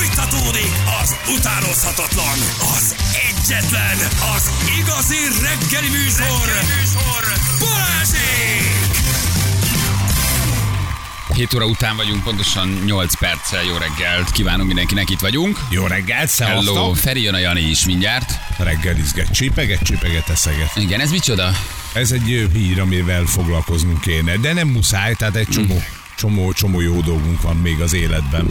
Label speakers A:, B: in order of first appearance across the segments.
A: Fújtatódik az utánozhatatlan, az egyetlen, az igazi reggeli műsor, reggeli műsor. Balázsék!
B: 7 óra után vagyunk, pontosan 8 perccel. Jó reggelt kívánunk mindenkinek, itt vagyunk.
C: Jó reggelt,
B: Hello,
C: szevasztok!
B: Feri jön a Jani is mindjárt.
C: Reggelizget, csipeget, csipeget, eszeget.
B: Igen, ez micsoda?
C: Ez egy ö, hír, amivel foglalkoznunk kéne, de nem muszáj, tehát egy csomó, csomó, csomó jó dolgunk van még az életben.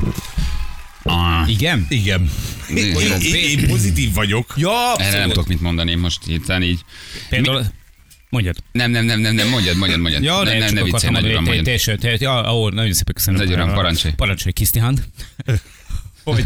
B: Ah,
C: Igen? Igen. Én, én, én pozitív vagyok. Ja,
B: erre nem tudok mit mondani én most hirtelen így.
D: E, Például... Mondjad.
B: Nem, nem, nem, nem, nem, mondjad, mondjad, mondjad.
D: Ja,
B: nem, nem, ne viccelj, nagyon uram, mondjad.
D: Teljesen, teljesen, ó, nagyon szépen köszönöm.
B: Nagy uram, parancsolj.
D: Parancsolj, Kisztihand. hogy,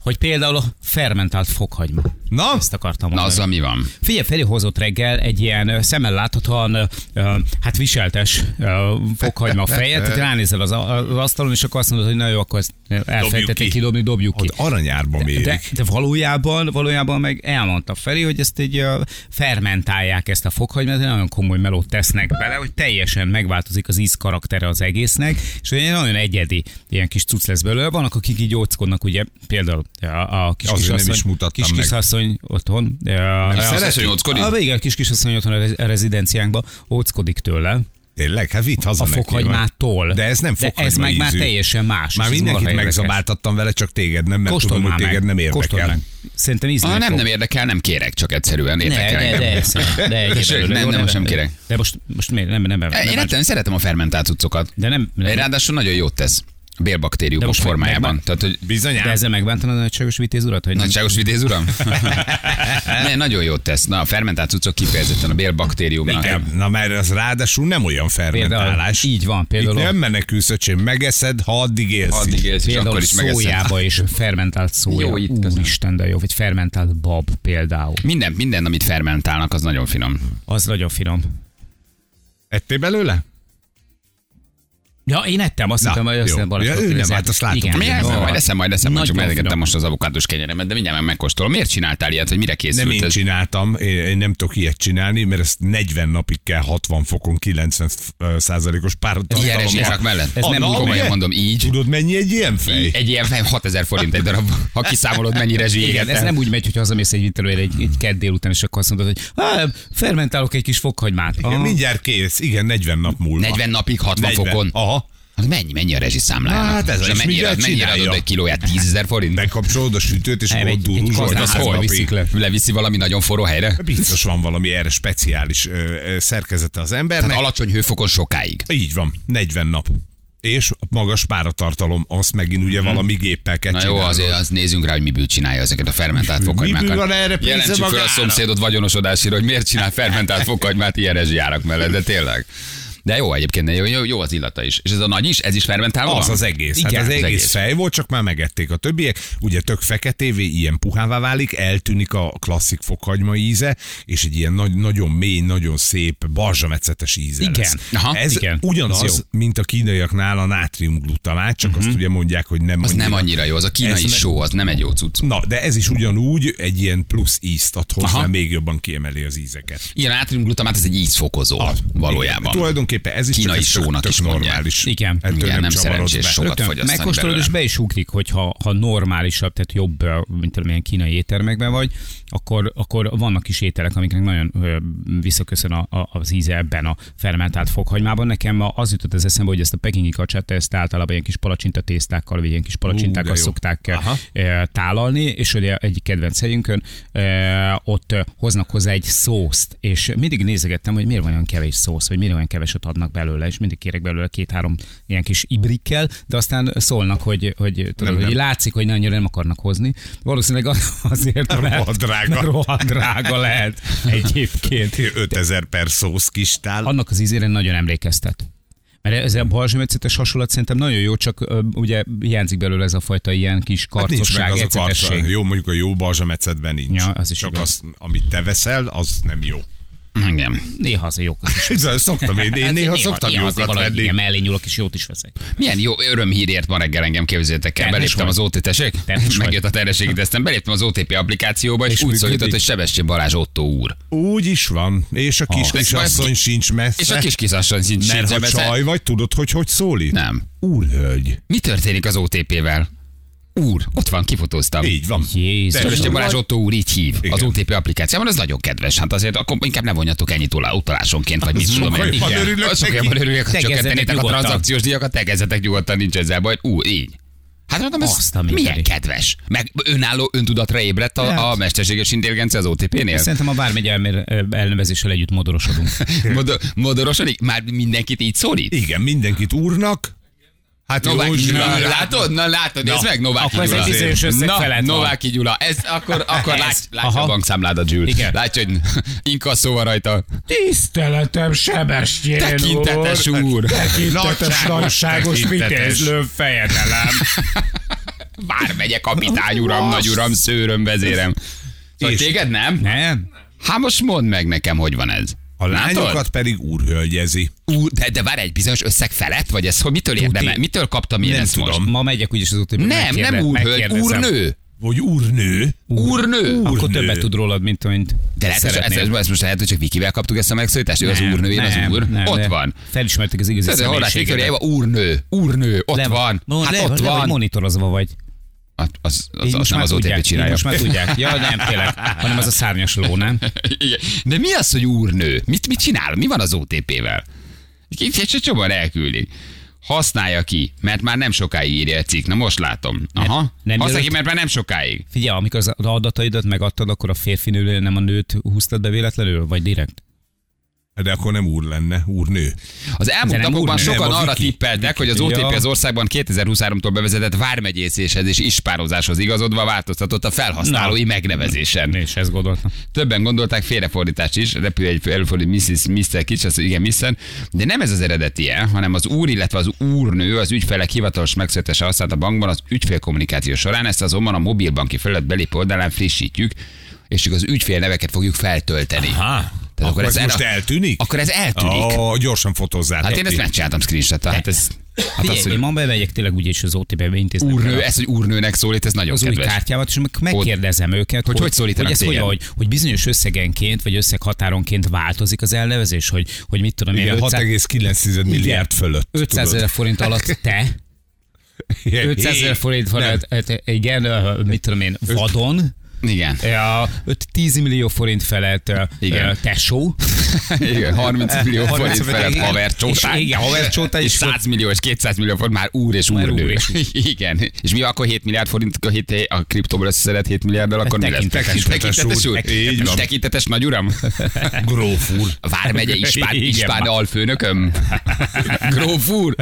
D: hogy például a fermentált fokhagyma.
C: Na?
D: Ezt akartam
B: Na,
D: mondani.
B: azzal mi van?
D: Figyelj, Feri hozott reggel egy ilyen ö, szemmel láthatóan, ö, ö, hát viseltes ö, fokhagyma fejet, tehát ránézel az, a- az asztalon, és akkor azt mondod, hogy na jó, akkor ezt elfelejtették
C: ki.
D: kidobni, dobjuk ki.
C: hogy aranyárba mérik.
D: De, de valójában, valójában meg elmondta Feri, hogy ezt egy ö, fermentálják ezt a fokhagymát, egy nagyon komoly melót tesznek bele, hogy teljesen megváltozik az íz karaktere az egésznek, és egy nagyon egyedi ilyen kis cucc lesz belőle. Vannak, akik így óckodnak, ugye például a, a kis
C: Azért nem is
D: kisasszony,
C: mutattam
D: kis
C: meg.
D: kisasszony otthon. ö,
B: Szerető
C: szeretjük.
B: nyolckodik?
D: Ah, igen, a kis kisasszony otthon a rez- a rezidenciánkban óckodik tőle
C: Tényleg, hát vitt haza
D: a
C: neki,
D: fokhagymától.
C: De ez nem
D: De ez
C: fokhagyma
D: meg már
C: ízű.
D: teljesen más.
C: Már
D: és ez
C: mindenkit
D: valaha érdekes.
C: megzabáltattam vele, csak téged nem, mert
D: Kóstolj
C: tudom, hogy
D: már meg.
C: téged nem
D: Kóstolj
C: érdekel.
D: meg. Szerintem ízleni
B: Ah, nem,
D: fog.
B: nem érdekel, nem kérek, csak egyszerűen
D: Ne,
B: érdekel.
D: ne,
B: engem.
D: de, de, de egyéb
B: Sőt,
D: belőle.
B: nem,
D: Jó,
B: nem, most nem kérek.
D: De most, most miért? Nem, nem, nem, nem,
B: Én
D: nem,
B: rettem, szeretem a fermentált cuccokat.
D: De nem, nem, de
B: Ráadásul nagyon jót tesz. A Bélbaktériumok
D: most meg-
B: formájában.
D: meg-
B: Tehát, hogy
C: Bizonyám.
D: ezzel megbántanod a nagyságos vitéz urat? Hogy nem?
B: Nagyságos vitéz uram? ne, nagyon jót tesz. Na, a fermentált cuccok kifejezetten a bélbaktériumnak.
C: Igen, na mert az ráadásul nem olyan
D: Például,
C: fermentálás.
D: így van,
C: Itt
D: például,
C: nem menekülsz, öcsém, megeszed, ha addig élsz.
B: Addig élsz, és
D: például
B: akkor is megeszed.
D: szójába is fermentált szója.
B: Jó, itt köszönöm.
D: Úristen, de jó. Vagy fermentált bab például.
B: Minden, minden, amit fermentálnak, az nagyon finom.
D: Az nagyon finom.
C: Ettél belőle?
D: Ja, én ettem, azt
C: Na,
D: hittem, hogy azt
C: jó.
D: nem
C: Ja, ő nem, hát azt látom.
B: Mi ez?
D: jó.
B: Majd eszem, majd eszem, majd csak
D: Nagyon
B: megegettem
D: finom.
B: most az avokádós kenyeremet, de mindjárt meg megkóstolom. Miért csináltál ilyet, hogy mire készült
C: Nem én
B: ez?
C: csináltam, én, én nem tudok ilyet csinálni, mert ezt 40 napig kell 60 fokon 90 százalékos
B: Ilyen
C: páratartalommal.
B: esélyak mellett?
D: Ez nem
B: Na,
D: úgy
B: komolyan
C: van.
B: mondom, így.
C: Tudod, mennyi egy ilyen fej?
B: Egy ilyen fej 6000 forint egy darab, ha kiszámolod, mennyi rezsi
D: Igen, ez
B: égettem.
D: nem úgy megy, hogy hazamész egy vitelőre egy, egy kedd délután, és akkor azt mondod, hogy "Á, fermentálok egy kis fokhagymát. Ah.
C: Igen,
D: Aha.
C: mindjárt kész. Igen, 40 nap múlva.
B: 40 napig 60 fokon.
C: Aha.
B: Hát mennyi, mennyi a rezsiszámlájának?
C: Hát ez
B: És
C: az,
B: mennyire,
C: mivel
B: mennyire adod
C: csinálja?
B: egy kilóját? 10 ezer forint?
C: Bekapcsolod a sütőt, és
D: Nem,
C: ott
D: egy- egy
C: duruzsod.
D: kazdán
B: Az
D: házba
B: hol
D: viszik le.
B: Leviszi valami nagyon forró helyre?
C: Biztos van valami erre speciális ö, ö, szerkezete az embernek.
B: Tehát alacsony hőfokon sokáig.
C: Így van, 40 nap. És a magas páratartalom, azt megint ugye valami géppel kell
B: Mhm. Na jó,
C: csinálnod.
B: azért az nézzünk rá, hogy miből csinálja ezeket a fermentált fokhagymákat.
C: Miből van erre pénze
B: Jelentsük fel a
C: magára?
B: szomszédod vagyonosodásira, hogy miért csinál fermentált fokhagymát ilyen rezsijárak mellett, de tényleg. De jó egyébként, de jó, jó, jó az illata is. És ez a nagy is, ez is fermentálva
C: Az
B: van?
C: az egész.
B: Igen,
C: hát az, egész,
B: egész.
C: fej volt, csak már megették a többiek. Ugye tök feketévé, ilyen puhává válik, eltűnik a klasszik fokhagyma íze, és egy ilyen nagy, nagyon mély, nagyon szép, barzsamecetes íze
D: Igen.
C: lesz.
B: Aha,
C: Ez
D: igen.
C: ugyanaz,
D: Az jó.
C: mint a kínaiaknál a nátriumglutamát, csak azt ugye mondják, hogy nem
B: Mhm. Az nem annyira jó, az a
C: Ez
B: kínai
C: meg-
B: só, az nem egy jó cucc.
C: Na, de ez is ugyanúgy egy ilyen plusz ízt ad hozzá,
B: Aha.
C: még jobban kiemeli az ízeket.
B: Ilyen átriumglutamát, ez egy ízfokozó valójában.
C: Igen. Tulajdonképpen ez is
B: Kínai
C: csak egy tök-
B: sónak
C: tök
B: is mondják.
C: normális.
D: Igen.
C: Ettől
B: Igen, nem
C: csavarod
B: szerencsés
C: be.
B: sokat
C: Rögtön
B: fogyasztani
D: Megkóstolod,
B: belőle.
D: és be is ugrik, hogyha ha normálisabb, tehát jobb, ö, mint tudom, ilyen kínai éttermekben vagy, akkor, akkor vannak is ételek, amiknek nagyon ö, visszaköszön a, a, az íze ebben a fermentált fokhagymában. Nekem ma az jutott az eszembe, hogy ezt a pekingi kacsát, ezt általában ilyen kis palacsinta tésztákkal, vagy ilyen kis palacsintákkal
C: Ú, de jó.
D: szokták
C: Aha.
D: Aha. tálalni, és ugye egyik kedvenc helyünkön ö, ott ö, hoznak hozzá egy szószt, és mindig nézegettem, hogy miért van olyan kevés szósz, vagy miért olyan keveset adnak belőle, és mindig kérek belőle két-három ilyen kis ibrikkel, de aztán szólnak, hogy, hogy, tudod,
C: Nem,
D: hogy
C: nem.
D: látszik, hogy nagyon nem akarnak hozni. Valószínűleg az- azért, mert,
C: rohadt drága.
D: mert rohadt drága lehet egyébként.
C: 5000 per szósz kistál.
D: Annak az ízére nagyon emlékeztet. Mert ez a balzsamecetes hasonlat szerintem nagyon jó, csak ö, ugye hiányzik belőle ez a fajta ilyen kis
C: Hát nincs meg
D: karcosság,
C: az a
D: eccetesség.
C: karca. Jó, mondjuk a jó balzsamecetben nincs.
D: Ja, az is
C: Csak
D: igaz.
C: az, amit te veszel, az nem jó.
B: Igen.
D: Néha az a jók.
C: Ezzel szoktam én,
B: Hát
C: én néha szoktam jókat venni.
D: Igen, mellé nyúlok, és jót is veszek.
B: Milyen jó örömhírért van reggel engem, képzeljétek el.
D: Terhes
B: Beléptem
D: vagy.
B: az OTP, tessék?
D: Terhes vagy.
B: Megjött a terhességi tesztem, beléptem az OTP applikációba, és,
C: És
B: úgy szólított,
C: működik?
B: hogy Sebestyén Balázs Otto úr.
C: Úgy is van. És a kis
B: Ez
C: kisasszony
B: valaki-
C: sincs messze.
B: És a kis kisasszony sincs
C: Mert ha
B: sincs-
C: csaj vagy, tudod, hogy hogy szólít?
B: Nem.
C: Úrhölgy.
B: Mi történik az OTP-vel? úr. Ott van, kifotóztam.
C: Így van.
D: Jézus.
B: Szöröstyi Balázs Otto úr így hív
C: Igen.
B: az OTP applikációban, ez nagyon kedves. Hát azért akkor inkább ne vonjatok ennyit ula- utalásonként, vagy mit tudom én.
C: jobban
B: Igen.
C: örülök
B: Sokkal
C: neki.
B: jobban örülök, ha
D: Tegezzetek
B: csökkentenétek a
D: nyugodtan.
B: tranzakciós díjakat, tegezzetek nyugodtan, nincs ezzel baj. Ú, így. Hát mondom, ez
D: Azt a
B: milyen
D: mindenit. Hát.
B: kedves. Meg önálló öntudatra ébredt a, a mesterséges intelligencia az OTP-nél.
D: Szerintem a bármegy elmér- elnevezéssel együtt modorosodunk.
B: Modor, modorosodik? Már mindenkit így szólít?
C: Igen, mindenkit úrnak. Hát
B: Novák Gyula,
C: József,
B: látod? Na látod, nézd meg, Novák
D: akkor ez
B: Gyula.
D: egy bizonyos összeg
B: Na,
D: felett van.
B: Novák Gyula, ez akkor, akkor
D: Ez.
B: látsz, látja
D: Aha.
B: a bankszámládat, Gyula.
D: Igen.
B: Látja, hogy inkasszó van rajta.
D: Tiszteletem, Sebestyén
B: Tekintetes úr.
D: Tekintetes, nagyságos,
C: Tekintetes.
D: vitézlő fejedelem.
B: Vármegye kapitány uram, nagy uram, szőröm, vezérem. Szóval
C: És-
B: téged nem?
D: Nem?
B: Hát most mondd meg nekem, hogy van ez.
C: A lányokat pedig úrhölgyezi.
B: Ú, de, de vár egy bizonyos összeg felett, vagy ez, hogy mitől érdemel? Mitől kaptam én
C: Nem
B: ezt most?
C: tudom.
D: Ma megyek úgyis az útéből.
B: Nem, nem úrhölgy, úrnő.
C: Vagy úrnő.
B: Úrnő.
D: Akkor
C: Úrnő.
D: többet tud rólad, mint amit
B: De lehet, hogy ez,
D: szeretnél.
B: ez, ez most lehet, hogy csak Vikivel kaptuk ezt a megszólítást, ő az
D: Nem,
B: úrnő, én az
D: nem,
B: úr.
D: nem,
B: Ott
D: de
B: van.
D: Felismertük az igazi
B: Ez a Horváth Viktor
D: személyiségedet.
B: Éva úrnő, úrnő, ott
D: Le-
B: van.
D: No,
B: hát
D: le,
B: ott
D: le vagy
B: van.
D: monitorozva vagy.
B: Hát az, az,
D: Így
B: az
D: most
B: nem
D: már
B: az
D: tudják,
B: OTP
D: így
B: csinálja.
D: Most már tudják. Ja, nem, tényleg. Hanem az a szárnyas ló, nem?
B: Igen. De mi az, hogy úrnő? Mit, mit csinál? Mi van az OTP-vel? Itt egy csomóan elküldik. Használja ki, mert már nem sokáig írja a cikk. Na most látom. Aha.
D: nem
B: Használja ki,
D: jelölt-
B: mert már nem sokáig.
D: Figyelj, amikor az adataidat megadtad, akkor a férfinőről nem a nőt húztad be véletlenül, vagy direkt?
C: De akkor nem úr lenne, úrnő.
B: Az elmúlt
D: De nem
B: napokban
D: úrnő,
B: sokan
C: nem, a
B: arra
C: Viki.
B: tippeltek, hogy az
D: Ja.
B: OTP az országban 2023-tól bevezetett vármegyészéshez és ispározáshoz igazodva változtatott a felhasználói megnevezésen.
D: És ezt gondoltam.
B: Többen gondolták félrefordítást is, repül egy előfordul Mrs. Mr. Kics, az igen, Mr. De nem ez az eredetie, hanem az úr, illetve az úrnő az ügyfelek hivatalos megszületése használt a bankban az ügyfélkommunikáció során, ezt azonban a mobilbanki felület belépő oldalán frissítjük, és csak az ügyfél neveket fogjuk feltölteni.
C: Aha. Akkor, akkor ez
B: el-
C: most eltűnik?
B: Akkor ez eltűnik.
C: Ó, gyorsan fotozzál.
B: Hát én ezt megcsináltam screenshot hát ez... Hát
D: Figyelj,
B: az,
D: én
B: hogy
D: ma bemegyek tényleg úgy is az OTP-be intéznek.
B: úrnő, ez, hogy úrnőnek szólít, ez nagyon
D: az új
B: kedves.
D: kártyámat, és meg- megkérdezem őket,
B: hogy hogy szólítanak
D: hogy, ez hogy,
B: téged?
D: hogy, hogy bizonyos összegenként, vagy összeghatáronként változik az elnevezés, hogy, hogy mit tudom én,
C: Igen,
D: 500
C: 6,9 milliárd fölött.
D: 500
C: tudod.
D: ezer forint alatt te, 500 ezer forint
C: Nem.
D: alatt, hát igen, ö, mit tudom én, vadon,
B: Igen.
D: a 5-10 millió forint felett ö,
B: Igen.
D: ö, tesó,
B: Igen, 30 millió
D: 30
B: forint
D: millió,
B: felett
D: igen.
B: havercsótány.
D: És igen, havercsótány
B: És
D: is volt.
B: 100 millió és 200 millió forint már úr és
D: Már úr
B: úrnő.
D: és
B: Igen. És mi akkor 7 milliárd forint a, hét, a kriptóból összeszedett 7 milliárddal, akkor mi lesz?
D: Tekintetes
C: úr.
B: Tekintetes úr.
C: Így van.
B: Tekintetes nagy uram.
C: Gróf úr.
B: Vármegye ispán,
D: Igen,
B: ispán
D: már.
B: alfőnököm. Gróf úr.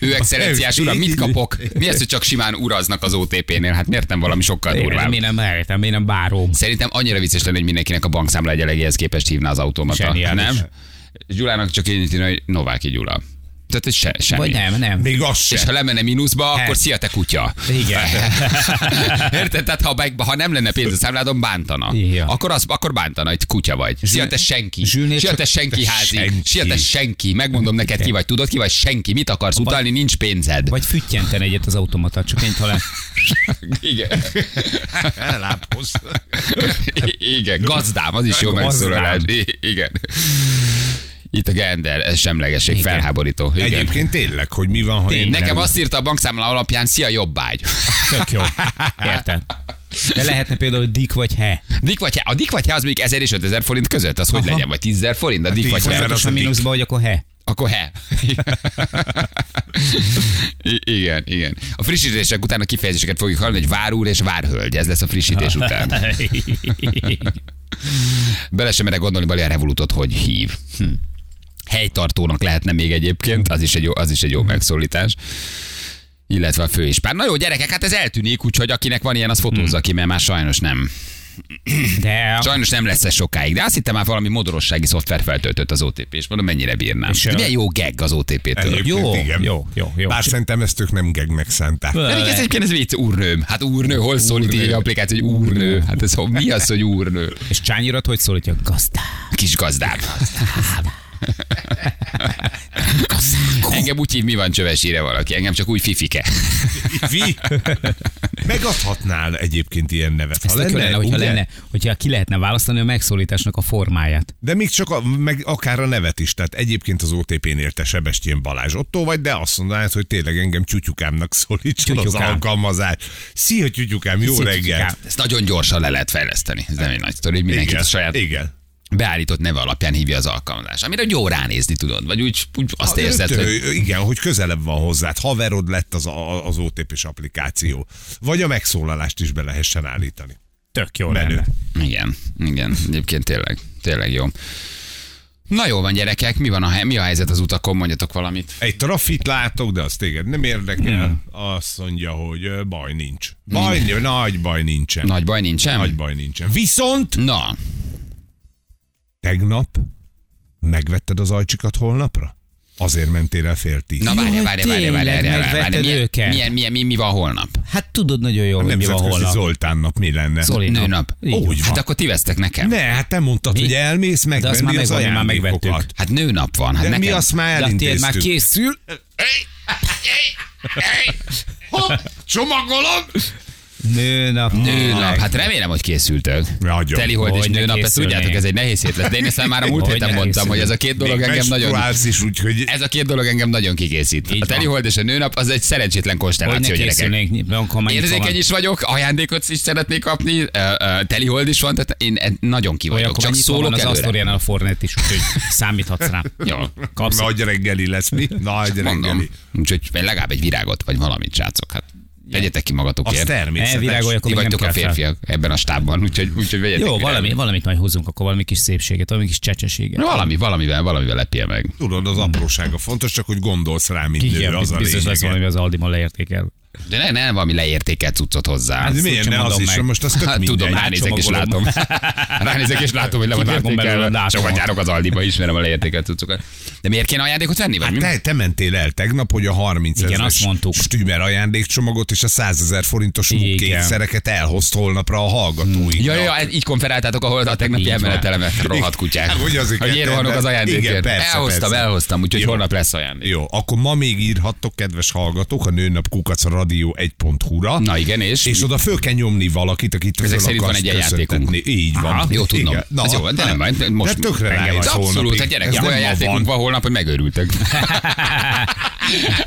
B: Ő excellenciás uram, mit kapok? Mi ez, hogy csak simán uraznak az OTP-nél? Hát miért nem valami sokkal durvább?
D: én nem elértem, én nem bárom.
B: Szerintem annyira vicces lenne, hogy mindenkinek a bankszámla egyenlegéhez képest hívná az automata.
D: Zseniális.
B: Nem? Gyulának csak én írni, hogy Nováki Gyula. Tehát, hogy se, semmi.
D: Vagy nem, nem.
C: Még az
B: És
D: hát,
C: sem.
B: ha lemenne mínuszba, akkor szia te kutya.
D: Igen.
B: Érted? Tehát ha, meg, ha nem lenne pénz a számládon, bántana.
D: Igen.
B: Akkor, az, akkor bántana, hogy kutya vagy. Szia te senki.
D: Zsülnél
B: Szia
D: csak-
B: te senki házi.
C: senki.
B: Szia te senki. Megmondom neked, ki vagy. Tudod, ki vagy senki. Mit akarsz utalni? Nincs pénzed.
D: Vagy füttyenten egyet az automata, csak én talán.
B: Igen. I- Igen, gazdám, az is jó
D: Gazdám.
B: megszólalás. I- Igen. Itt a gender, ez semlegesség,
D: Igen.
B: felháborító. Igen.
C: Egyébként tényleg, hogy mi van, ha én
B: Nekem
C: nem...
B: azt írta a bankszámla alapján, szia jobbágy.
D: Tök jó. Érted? De lehetne például, hogy dik vagy he.
B: Dik vagy he? A dik vagy he az még 1000 és 5000 forint között, az hogy
D: Aha. Hát
B: legyen? Vagy 10.000 forint? A dik vagy he?
C: az
D: Folyamatosan
C: a dik.
D: mínuszba, hogy akkor he.
B: Akkor he. I- igen, igen. A frissítések után a kifejezéseket fogjuk hallani, hogy várúr és várhölgy. Ez lesz a frissítés után. Bele sem merek gondolni, Bali a Revolutot hogy hív. Hm. Helytartónak lehetne még egyébként, az is egy jó, az is egy jó megszólítás. Illetve a főispán. Na jó, gyerekek, hát ez eltűnik, úgyhogy akinek van ilyen, az fotózza ki, mert már sajnos nem.
D: De
B: Sajnos nem lesz ez sokáig, de azt hittem már valami modorossági szoftver feltöltött az OTP, és mondom, mennyire bírnám. És
D: És,
B: Milyen jó geg az OTP-től.
C: Egyébként
D: jó,
C: igen.
D: jó, jó, jó.
C: Bár szerintem ezt ők nem gegnek szánták.
B: Pedig ez egyébként ez vicc, úrnőm. Hát úrnő, hol szólít így egy applikáció, hogy úrnő? Hát ez ho- mi az, hogy úrnő?
D: És Csányirat hogy szólítja? Gazdá.
B: Kis gazdám. Engem úgy hív, mi van csövesére valaki, engem csak úgy fifike.
C: Fi? Megadhatnál egyébként ilyen nevet,
D: Ez
C: ha
D: tök jó
C: lenne,
D: lenne, hogyha
C: ugye?
D: lenne, hogyha ki lehetne választani a megszólításnak a formáját.
C: De még csak a, meg akár a nevet is, tehát egyébként az OTP-n érte Sebestyén Balázs Ottó vagy, de azt mondanád, hogy tényleg engem tyutyukámnak szólítson az
D: Tyutyukám.
C: alkalmazás. Szia tyutyukám, jó
D: Szia,
C: reggel.
D: tyutyukám.
B: Ezt nagyon gyorsan le lehet fejleszteni. Ez nem egy nagy sztori, hogy mindenki
C: Igen,
B: a saját
C: igen.
B: beállított neve alapján hívja az alkalmazás, amire jó ránézni tudod, vagy úgy, úgy azt
C: Ha
B: érzed,
C: rögtön,
B: hogy
C: ö, Igen, hogy közelebb van hozzád, haverod lett az, a- az OTP-s applikáció. Vagy a megszólalást is be lehessen állítani.
D: Tök jó
C: Menő.
D: lenne.
B: igen, igen, egyébként tényleg, tényleg jó. Na jó van gyerekek, mi, van a, he- mi a helyzet az utakon, mondjatok valamit.
C: Egy trafit látok, de az téged nem érdekel. Azt mondja, hogy ö, baj nincs. Baj, nagy baj nincsen.
B: Nagy baj nincsen?
C: Nagy baj nincsen. Viszont
B: Na,
C: tegnap megvetted az ajcsikat holnapra? Azért mentél el fél tíz.
B: na
D: Jaj,
B: várj, várj, várj,
D: tényleg,
B: várj, várj,
D: megvetted
B: milyen,
D: őket.
B: milyen, milyen, mi, mi van holnap?
D: Hát tudod nagyon jól, hogy mi van
C: Nemzetközi
D: hol
C: Zoltán nap mi lenne?
D: Zoli nap.
B: Nőnap.
D: Így
C: van.
B: Hát akkor ti vesztek nekem.
C: Ne, hát te mondtad, hogy elmész
D: De azt
C: megvenni
D: már
C: az
D: megvan, már
C: ajándékokat.
D: megvettük.
B: Hát nőnap van, hát
C: De
B: nekem.
C: mi azt már
D: De a tiéd már
C: elintéztük.
D: készül.
B: Hopp, csomagolom!
D: Nőnap.
B: Nőnap, hát remélem, hogy készültök.
C: Nagyon.
B: Telihold és
D: Hogy ne
B: nőnap, ezt
D: készülnénk.
B: tudjátok, ez egy nehéz hét lesz. De én ezt már a múlt
D: Hogy
B: héten
D: ne
B: mondtam, hogy ez a két dolog
C: Még
B: engem nagyon...
C: menstruálsz is, úgyhogy
B: Ez a két dolog engem nagyon kikészít.
D: Így
B: a
D: van.
B: telihold és a nőnap az egy szerencsétlen
D: Hogy ne szóval.
B: konstelláció, gyerekek.
D: készülnénk, nyilván,
B: Érzékeny is vagyok, ajándékot is szeretnék kapni, ö, ö, telihold is van, tehát én eh, nagyon ki vagyok.
D: Olyankor
B: Csak szólok
D: az
B: előre.
D: Asztoriánál a Fornet is, úgyhogy számíthatsz rá.
B: Jó.
D: Kapsz.
C: nagy reggeli lesz mi. Nagy
B: Mondom.
C: reggeli.
B: Úgyhogy legalább egy virágot, vagy valamit, srácok. Hát vegyetek ki
C: Az
B: magatokért.
C: természetes.
D: Elvirágolj, akkor
B: Ti
D: még nem
B: vagytok a
D: kell fel.
B: férfiak ebben a stábban, úgyhogy, úgyhogy vegyetek
D: Jó,
B: virágot.
D: valami, valamit majd hozunk, akkor valami kis szépséget, valami kis csecseséget.
B: Valami, valamivel, valamivel lepje meg.
C: Tudod, az aprósága fontos, csak hogy gondolsz rá, mint
D: Igen,
C: nő, az a
D: biztos
C: lényeg.
D: lesz valami, az Aldima leértékel.
B: De ne, ne valami leértékelt cuccot hozzá.
C: Hát
D: Azt
C: miért
D: sem
C: ne az
D: mondom
C: is,
D: meg.
C: most az tök
B: Hát tudom,
C: mindegy.
B: ránézek és
D: Elcsomagolom.
B: látom. Ránézek és látom, hogy le van
D: Kivágom belőle a
B: értékelve.
D: dátumot.
B: Sokat járok az Aldiba, ismerem a leértékelt cuccokat. De miért kéne ajándékot venni? Vagy mi?
C: Hát Te, te mentél el tegnap, hogy a 30
D: Igen, azt
C: ezeres
D: mondtuk.
C: stümer ajándékcsomagot és a 100 ezer forintos
D: Igen.
C: kétszereket elhozt holnapra a hallgatóinknak.
B: Hm. Ja, ja, ja, így konferáltátok, ahol a tegnapi
D: Így van.
B: emeletelemet rohadt kutyák.
C: Hát, hogy azért
B: hogy én
C: ketten,
B: rohanok
C: de-
B: az ajándékért.
C: Igen, persze,
B: elhoztam,
C: persze.
B: elhoztam, úgyhogy
C: Jó.
B: holnap lesz ajándék.
C: Jó, akkor ma még írhattok, kedves hallgatók, a nőnap kukac a radio 1.hu-ra.
B: Na igen, és?
C: És oda föl kell nyomni valakit, akit
B: Ezek
C: föl
B: szerint van
C: akarsz
B: egy
C: köszöntetni.
B: játékunk.
C: Így van.
B: Aha, jó tudnom.
C: Igen. Hát,
B: Na, ez jó, de nem baj. de Most
C: de tökre
B: engem
C: rájössz
B: az Abszolút,
C: holnapig.
B: hát
C: Ez
B: gyerekek,
C: nem
B: olyan
C: ma
B: játékunk
C: van.
B: van holnap, hogy megőrültök.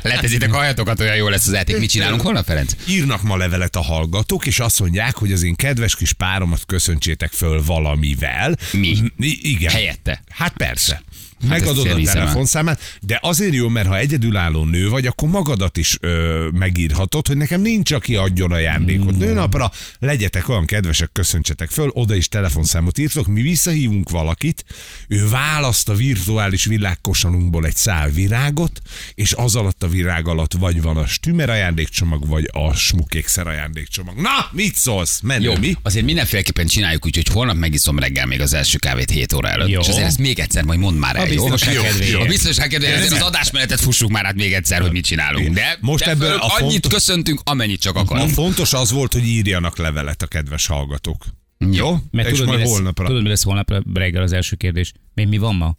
B: Letezitek a hajatokat, olyan jó lesz az játék. Mit csinálunk holnap, Ferenc?
C: Írnak ma levelet a hallgatók, és azt mondják, hogy az én kedves kis páromat köszöntsétek föl valamivel.
B: Mi?
C: I- igen.
B: Helyette.
C: Hát persze.
B: ezt
C: Megadod
B: sem
C: a
B: hiszem el.
C: telefonszámát, de azért jó, mert ha egyedülálló nő vagy, akkor magadat is ö, megírhatod, hogy nekem nincs, aki adjon
B: Hmm.
C: ajándékot. Nőnapra legyetek olyan kedvesek, köszöntsetek föl, oda is telefonszámot írtok, mi visszahívunk valakit, ő választ a virtuális világkosarunkból egy szál virágot, és az alatt a virág alatt vagy van a stümer ajándékcsomag, vagy a smukékszer ajándékcsomag. Na, mit szólsz? Menő,
B: Jó,
C: mi?
B: azért mindenféleképpen csináljuk, úgyhogy holnap megiszom reggel még az első kávét 7 óra előtt.
D: Jó.
B: És azért ezt még egyszer majd mondd már el, jó?
D: biztonság
B: Jó,
D: kedvéért.
B: jó. A biztonság kedvéért azért az adásmenetet fussuk már át még egyszer, hogy mit csinálunk. De
C: Most
B: de
C: ebből
B: föl
C: a
B: annyit
C: fontos-
B: köszöntünk, amennyit csak
C: A
B: akarunk.
C: fontos az volt, hogy írjanak levelet a kedves hallgatók.
B: Jó?
D: Mert
C: És
D: tudod,
C: majd
D: mi lesz,
C: holnapra.
D: tudod, mi lesz holnap reggel az első kérdés. Mi, mi van ma?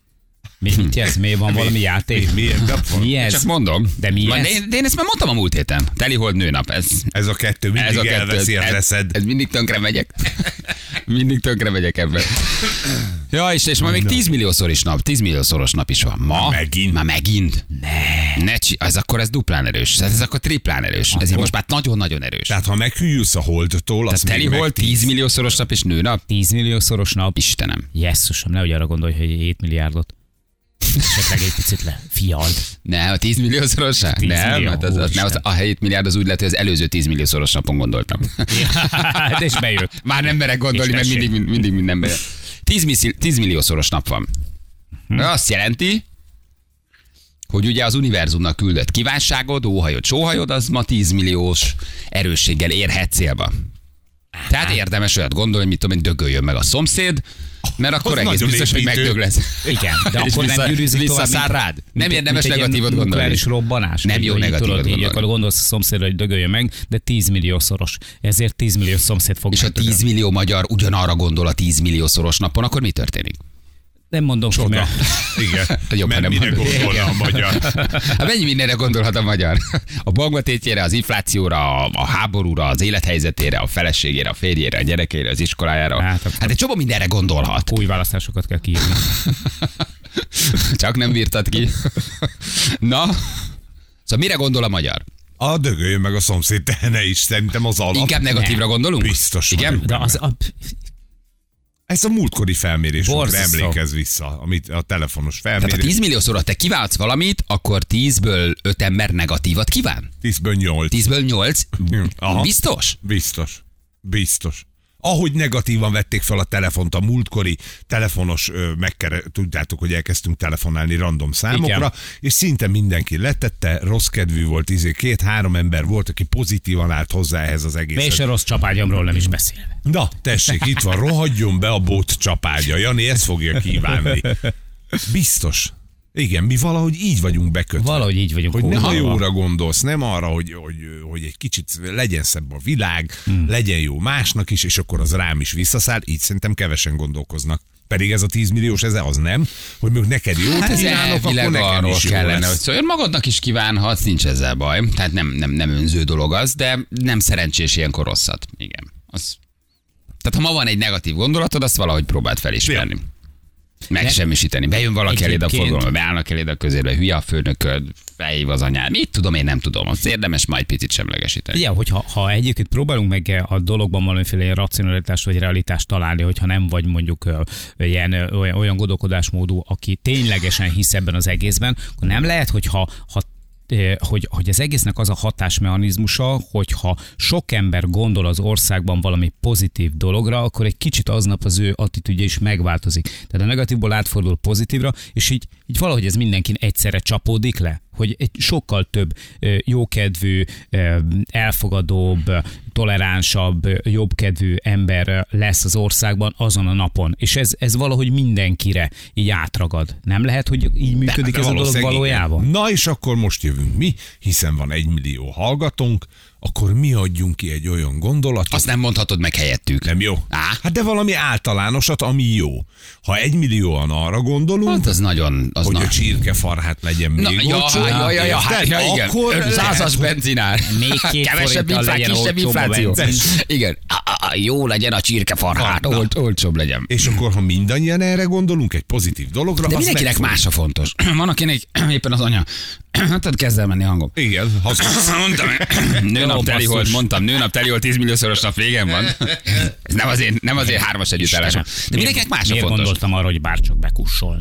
D: Mi, mit jelsz? Mi van valami játék? Mi, mi ez?
B: Csak mondom.
D: De mi
B: Majd
D: ez?
B: én, de én ezt már mondtam a múlt héten. Telihold nőnap. Ez,
C: Ez a kettő mindig
B: ez a kettő,
C: elveszi a
B: ez-
C: leszed.
B: Ez mindig tönkre megyek. mindig tönkre megyek ebben. Ja, és, és ma még 10 milliószor is nap, 10 milliószoros nap is van. Ma?
C: megint?
B: Már megint? Ne. ne csi, az akkor ez duplán erős, ez, ez akkor triplán erős. Ez így most már nagyon-nagyon erős.
C: Tehát ha meghűlsz a holdtól, az
B: Tehát teli
C: még
B: hol
C: meg
B: 10 milliószoros nap és nőnap?
D: 10 milliószoros nap.
B: Istenem.
D: Jesszusom, nehogy arra gondolj, hogy 7 milliárdot. Esetleg egy picit le. Fiald.
B: Ne, a 10 milliószoros?
D: 10
B: nem,
D: millió,
B: hát az, az, nem, az,
D: úristen.
B: a 7 milliárd az úgy lett, hogy az előző 10 milliószoros napon gondoltam.
D: Hát és bejött.
B: Már nem merek gondolni,
D: És
B: mert
D: tessék.
B: mindig, mindig minden merek. 10, miszi- 10 milliószoros nap van.
D: Hm?
B: Azt jelenti, hogy ugye az univerzumnak küldött kívánságod, óhajod, sóhajod, az ma 10 milliós erősséggel érhet célba. Tehát érdemes olyat gondolni, mit tudom én, dögöljön meg a szomszéd, mert akkor
C: Az
B: egész
C: nagyon
B: biztos, hogy
C: építő.
B: megdög lesz.
D: Igen, de
B: És
D: akkor
B: vissza-
D: nem gyűrűzik tovább.
B: visszaszár
D: mint-
B: rád.
D: mint
B: Nem
D: egy-
B: érdemes
D: mint egy ilyen
B: negatívat gondolni.
D: nukleáris robbanás.
B: Nem
D: Így-
B: jó
D: így
B: negatívat
D: tudod, Így
B: gondolni.
D: akkor gondolsz a szomszédra, hogy dögöljön meg, de 10 milliószoros. Ezért 10 millió szomszéd fog
B: És ha
D: megdögölni.
B: 10 millió magyar ugyanarra gondol a 10 milliószoros napon, akkor mi történik?
D: nem mondom ki,
C: Csoda.
D: mert
C: Igen.
B: Te jobb,
C: Mert
B: ha nem
C: mire
B: mondod.
C: gondolna a magyar?
B: Hát mennyi mindenre gondolhat a magyar? A bankbetétjére, az inflációra, a, a háborúra, az élethelyzetére, a feleségére, a férjére, a gyerekére, az iskolájára.
D: Hát,
B: Hát egy csomó mindenre gondolhat.
D: új választásokat kell kiírni.
B: Csak nem bírtad ki. Na, szóval mire gondol a magyar?
C: A dögöljön meg a szomszéd tehene is, szerintem az alap.
B: Inkább negatívra gondolunk?
C: Biztos
B: Igen?
C: vagyok.
D: De az, a,
C: Ez a múltkori felmérés volt,
D: Borzasztó.
C: emlékez vissza, amit a telefonos
B: Tehát ha
C: felmérés.
B: 10 millió szóra te kiváltsz valamit, akkor 10-ből 5 ember negatívat kíván?
C: 10-ből 8.
B: 10-ből 8?
C: Aha.
B: Biztos?
C: Biztos. Biztos. Ahogy negatívan vették fel a telefont a múltkori telefonos, ö, megkere, tudjátok, hogy elkezdtünk telefonálni random számokra,
D: Igen.
C: és szinte mindenki letette, rossz kedvű volt, izé, két-három ember volt, aki pozitívan állt hozzá ehhez az
D: és
C: egész.
D: a rossz csapágyamról nem is beszélve.
C: Na, tessék, itt van, rohadjon be a bot csapágya. Jani ezt fogja kívánni. Biztos. Igen, mi valahogy így vagyunk bekötve.
D: Valahogy így vagyunk.
C: Hogy nem a
D: kódolva.
C: jóra gondolsz, nem arra, hogy, hogy, hogy egy kicsit legyen szebb a világ, hmm. legyen jó másnak is, és akkor az rám is visszaszáll, így szerintem kevesen gondolkoznak. Pedig ez a 10 milliós, ez az nem, hogy még neked jót
B: Hát
C: hát
B: ez
C: kívánok, akkor
B: elvileg
C: nekem
B: arról
C: is jó
B: kellene, hogy
C: lesz.
B: szóljon. Magadnak is kívánhatsz, nincs ezzel baj. Tehát nem, nem, nem önző dolog az, de nem szerencsés ilyenkor rosszat. Igen. Az... Tehát ha ma van egy negatív gondolatod, azt valahogy próbáld felismerni. Megsemmisíteni. Bejön valaki eléd a
D: Egyébként-
B: forgalomba, beállnak eléd a közérbe, hülye a főnököd, felhív az anyád. Mit tudom, én nem tudom. Az érdemes majd picit semlegesíteni.
D: Ugye, hogyha ha egyébként próbálunk meg e a dologban valamiféle ilyen racionalitást vagy realitást találni, hogyha nem vagy mondjuk ö, ilyen, ö, olyan, olyan gondolkodásmódú, aki ténylegesen hisz ebben az egészben, akkor nem lehet, hogyha ha ö, hogy, hogy az egésznek az a hatásmechanizmusa, hogyha sok ember gondol az országban valami pozitív dologra, akkor egy kicsit aznap az ő attitűdje is megváltozik. Tehát a negatívból átfordul pozitívra, és így, így valahogy ez mindenkin egyszerre csapódik le hogy egy sokkal több ö, jókedvű, ö, elfogadóbb, ö, toleránsabb, ö, jobbkedvű ember ö, lesz az országban azon a napon. És ez, ez valahogy mindenkire így átragad. Nem lehet, hogy így működik
C: De
D: ez a dolog
C: valószínűleg
D: valójában?
C: igen. Na és akkor most jövünk mi, hiszen van egy millió hallgatónk, akkor mi adjunk ki egy olyan gondolatot,
B: Azt nem mondhatod meg helyettük.
C: nem jó?
B: Á.
C: Hát de valami általánosat, ami jó. Ha egy millióan arra gondolunk,
B: Hát az nagyon... Az
C: hogy
B: na-
C: a csirkefarhát legyen még
B: Na, ja,
C: olcsó.
B: ja, ja, ja, hát,
C: Érted?
B: ja, igen.
C: Akkor
B: Akkor százas
C: lehet, hogy-
B: benzinár.
D: Még két
B: Kevesebb
D: forinttal
B: inflá,
D: legyen
B: kisebb
D: olcsóbb a
B: infláció.
C: benzin.
B: Igen. Á, á, á, Jó legyen a csirkefarhát,
C: Na, na.
B: olt, olcsóbb legyen.
C: És akkor, ha mindannyian erre gondolunk, egy pozitív dologra,
B: De
C: az
B: mindenkinek
C: megfog.
B: más a fontos. Van, akinek éppen az anya. Tehát kezd el menni a hangom.
C: Igen,
B: Hát,
C: hazudsz.
B: Mondtam, nőnap teli
D: basszus.
B: volt, mondtam, nőnap teli volt, 10 milliószoros nap végén van. Ez nem az én, nem az én hármas együttállásom. De mindenkinek más a
D: Miért
B: fontos.
D: gondoltam arra, hogy bárcsak bekussol?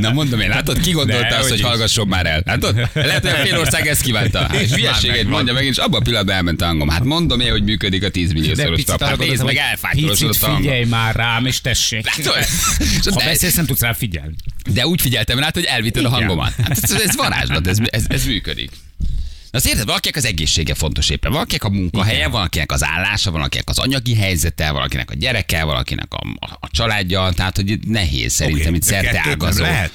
B: Na mondom én, látod, ki gondolta azt,
C: De,
B: hogy
C: hogy is.
B: hallgasson már el? Látod? Lehet, hogy a fél ország ezt kívánta. Hát,
C: És már
B: hülyeséget
C: megvan.
B: mondja meg, és abban a pillanatban elment a hangom. Hát mondom én, hogy működik a 10 milliószoros tap. Hát nézd meg,
D: picit
B: elfájtolosodott a hangom.
D: figyelj már rám, és tessék.
B: Látod? És ott
D: Ha
B: el-
D: beszélsz, nem tudsz rá figyelni.
B: De úgy figyeltem rá, hogy elvitted a
D: Igen.
B: hangomat. Hát ez, ez varázslat, ez, ez, ez működik. Na azt érted, valakinek az egészsége fontos éppen, valakinek a munkahelye, valakinek az állása, valakinek az anyagi helyzete, valakinek a gyereke, valakinek a, a, a családja, tehát hogy itt nehéz szerintem
C: Oké,
B: itt
C: de kettőt
B: szerte
C: nem
B: ágazó.
C: lehet?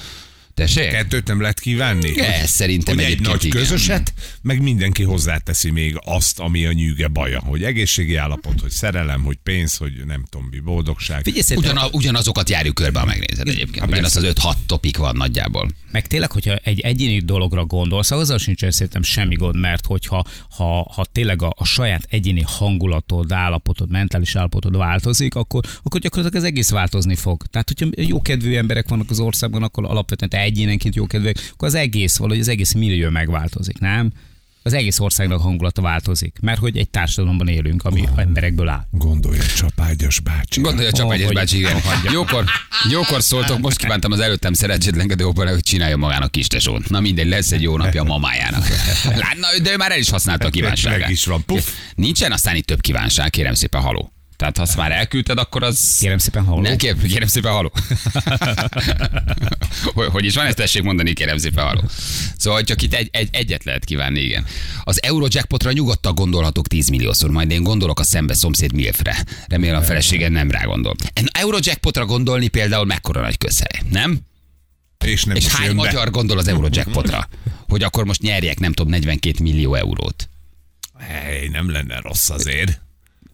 B: Tessék?
C: Kettőt nem lehet kívánni?
B: Igen,
C: Hogy-
B: szerintem
C: hogy egy
B: egyébként
C: nagy
B: igen.
C: közöset, meg mindenki hozzáteszi még azt, ami a nyűge baja, hogy egészségi állapot, hogy szerelem, hogy pénz, hogy nem tudom mi, boldogság.
D: Figyelj szépen,
B: Ugyan, ugyanazokat járjuk körbe, ha megnézed egyébként.
C: Hát
B: Ugyanaz az
C: persze.
B: 5-6 topik van nagyjából.
D: Meg tényleg, hogyha egy egyéni dologra gondolsz, azzal sincs szerintem semmi gond, mert hogyha ha, ha tényleg a, a, saját egyéni hangulatod, állapotod, mentális állapotod változik, akkor, akkor gyakorlatilag az egész változni fog. Tehát, hogyha jókedvű emberek vannak az országban, akkor alapvetően te egyénenként jókedvűek, akkor az egész, valahogy az egész millió megváltozik, nem? Az egész országnak hangulata változik, mert hogy egy társadalomban élünk, ami emberekből áll.
C: Gondolja Csapágyas bácsi.
B: Gondolja csak,
D: Ó,
B: hogy ez
D: hogy-
B: bácsi, igen. Jókor, jókor szóltok, most kívántam az előttem szerencsétlenkedő opera, hogy csinálja magának kis tesót. Na mindegy, lesz egy jó napja a mamájának. Látna, de ő már el is használta a kívánságát.
C: Hát, Meg is van, puff.
B: Nincsen aztán itt több kívánság, kérem szépen haló. Tehát ha azt már elküldted, akkor az...
D: Kérem szépen, halló.
B: Ne, kérem, kérem szépen haló. hogy, hogy is van, ezt tessék mondani, kérem szépen haló. Szóval csak itt egy, egy, egyet lehet kívánni, igen. Az Eurojackpotra nyugodtan gondolhatok 10 milliószor, majd én gondolok a szembe szomszéd Milfre. Remélem a feleségem nem rá gondol. Egy Eurojackpotra gondolni például mekkora nagy közhely, nem?
C: És nem
B: És
C: is
B: hány
C: jön be.
B: magyar gondol az Eurojackpotra? Hogy akkor most nyerjek, nem tudom, 42 millió eurót.
C: Hely, nem lenne rossz azért.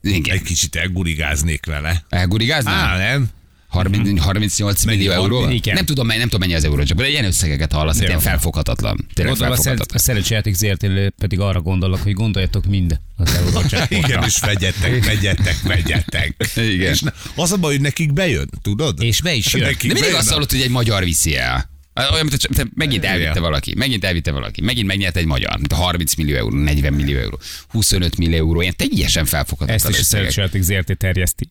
B: Igen.
C: Egy kicsit elgurigáznék vele.
B: Elgurigázná?
C: Á, nem?
D: Mhm.
B: 30, 38 millió
C: Mennyi?
B: euró.
D: Igen.
B: Nem tudom, mennyi- nem tudom mennyi az euró, de ilyen összegeket hallasz, hát
D: Jó.
B: ilyen felfoghatatlan. Tényleg
D: Gondolom, a, szer- a
B: felfoghatatlan.
D: szerencsejáték zrt pedig arra gondolok, hogy gondoljatok mind az eurócsákra.
C: Igen, és vegyetek, vegyetek, vegyetek.
B: Igen.
C: És ne- az a baj, hogy nekik bejön, tudod?
D: És be is jön.
C: Nekik
B: De mindig
C: bejön
B: azt
C: a-
B: hallott, hogy egy magyar viszi el. Olyan, mint, hogy te- megint elvitte
C: Igen.
B: valaki, megint elvitte valaki, megint megnyerte egy magyar, mint a 30 millió euró, 40 millió euró, 25 millió euró, ilyen teljesen
D: Ezt
B: felfoghatatlan
D: is a
B: összegek.
D: szerencsejáték ZRT terjeszti.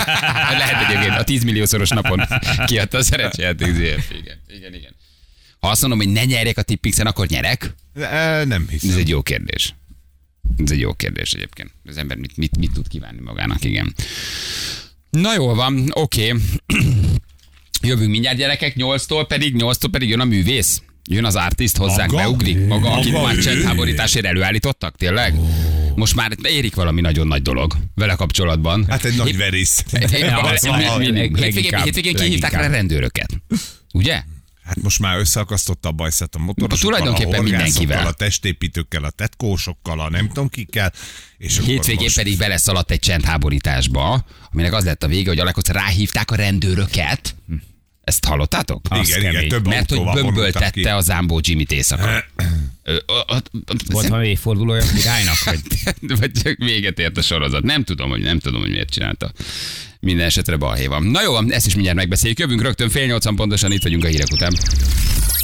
B: Lehet egyébként a 10 milliószoros napon kiadta a szerencsejáték ZRT. Igen, igen, igen. Ha azt mondom, hogy ne nyerjek a tippixen, akkor nyerek?
C: E, Nem
B: Ez
C: hiszem.
B: egy jó kérdés. Ez egy jó kérdés egyébként. Az ember mit, mit, mit tud kívánni magának, igen. Na jól van, oké. Jövünk mindjárt gyerekek, 8-tól pedig, 8-tól pedig jön a művész. Jön az artist hozzánk,
C: Maga?
B: beugrik maga, akit
C: Maga
B: már
C: ő?
B: csendháborításért előállítottak, tényleg? Most már érik valami nagyon nagy dolog vele kapcsolatban.
C: Hát egy nagy
B: Hét-
C: verész.
D: az
B: Hét-
D: a-
B: Hétvégén
D: leginkább-
B: hétvégén kihívták rá
D: leginkább.
B: rendőröket. Ugye?
C: Hát most már összeakasztotta a bajszát a motorosokkal,
B: Tulajdonképpen
C: a horgászokkal,
B: mindenkivel.
C: a testépítőkkel, a tetkósokkal, a nem tudom kikkel. És akkor
B: Hétvégén
C: most-
B: pedig beleszaladt egy csendháborításba, aminek az lett a vége, hogy alakosz ráhívták a rendőröket. Ezt hallottátok?
C: Igen,
D: Az
C: igen,
D: kemény.
C: több
B: Mert hogy
C: autóval vonultak ki.
B: bömböltette az Zámbó Jimmy-t éjszaka. Ö, ö, ö,
D: Volt
B: szem-
D: valami évfordulója a királynak, vagy
B: Vagy csak véget ért a sorozat. Nem tudom, hogy nem tudom, hogy miért csinálta. Minden esetre balhé van. Na jó, ezt is mindjárt megbeszéljük. Jövünk rögtön fél nyolcan pontosan, itt vagyunk a hírek után.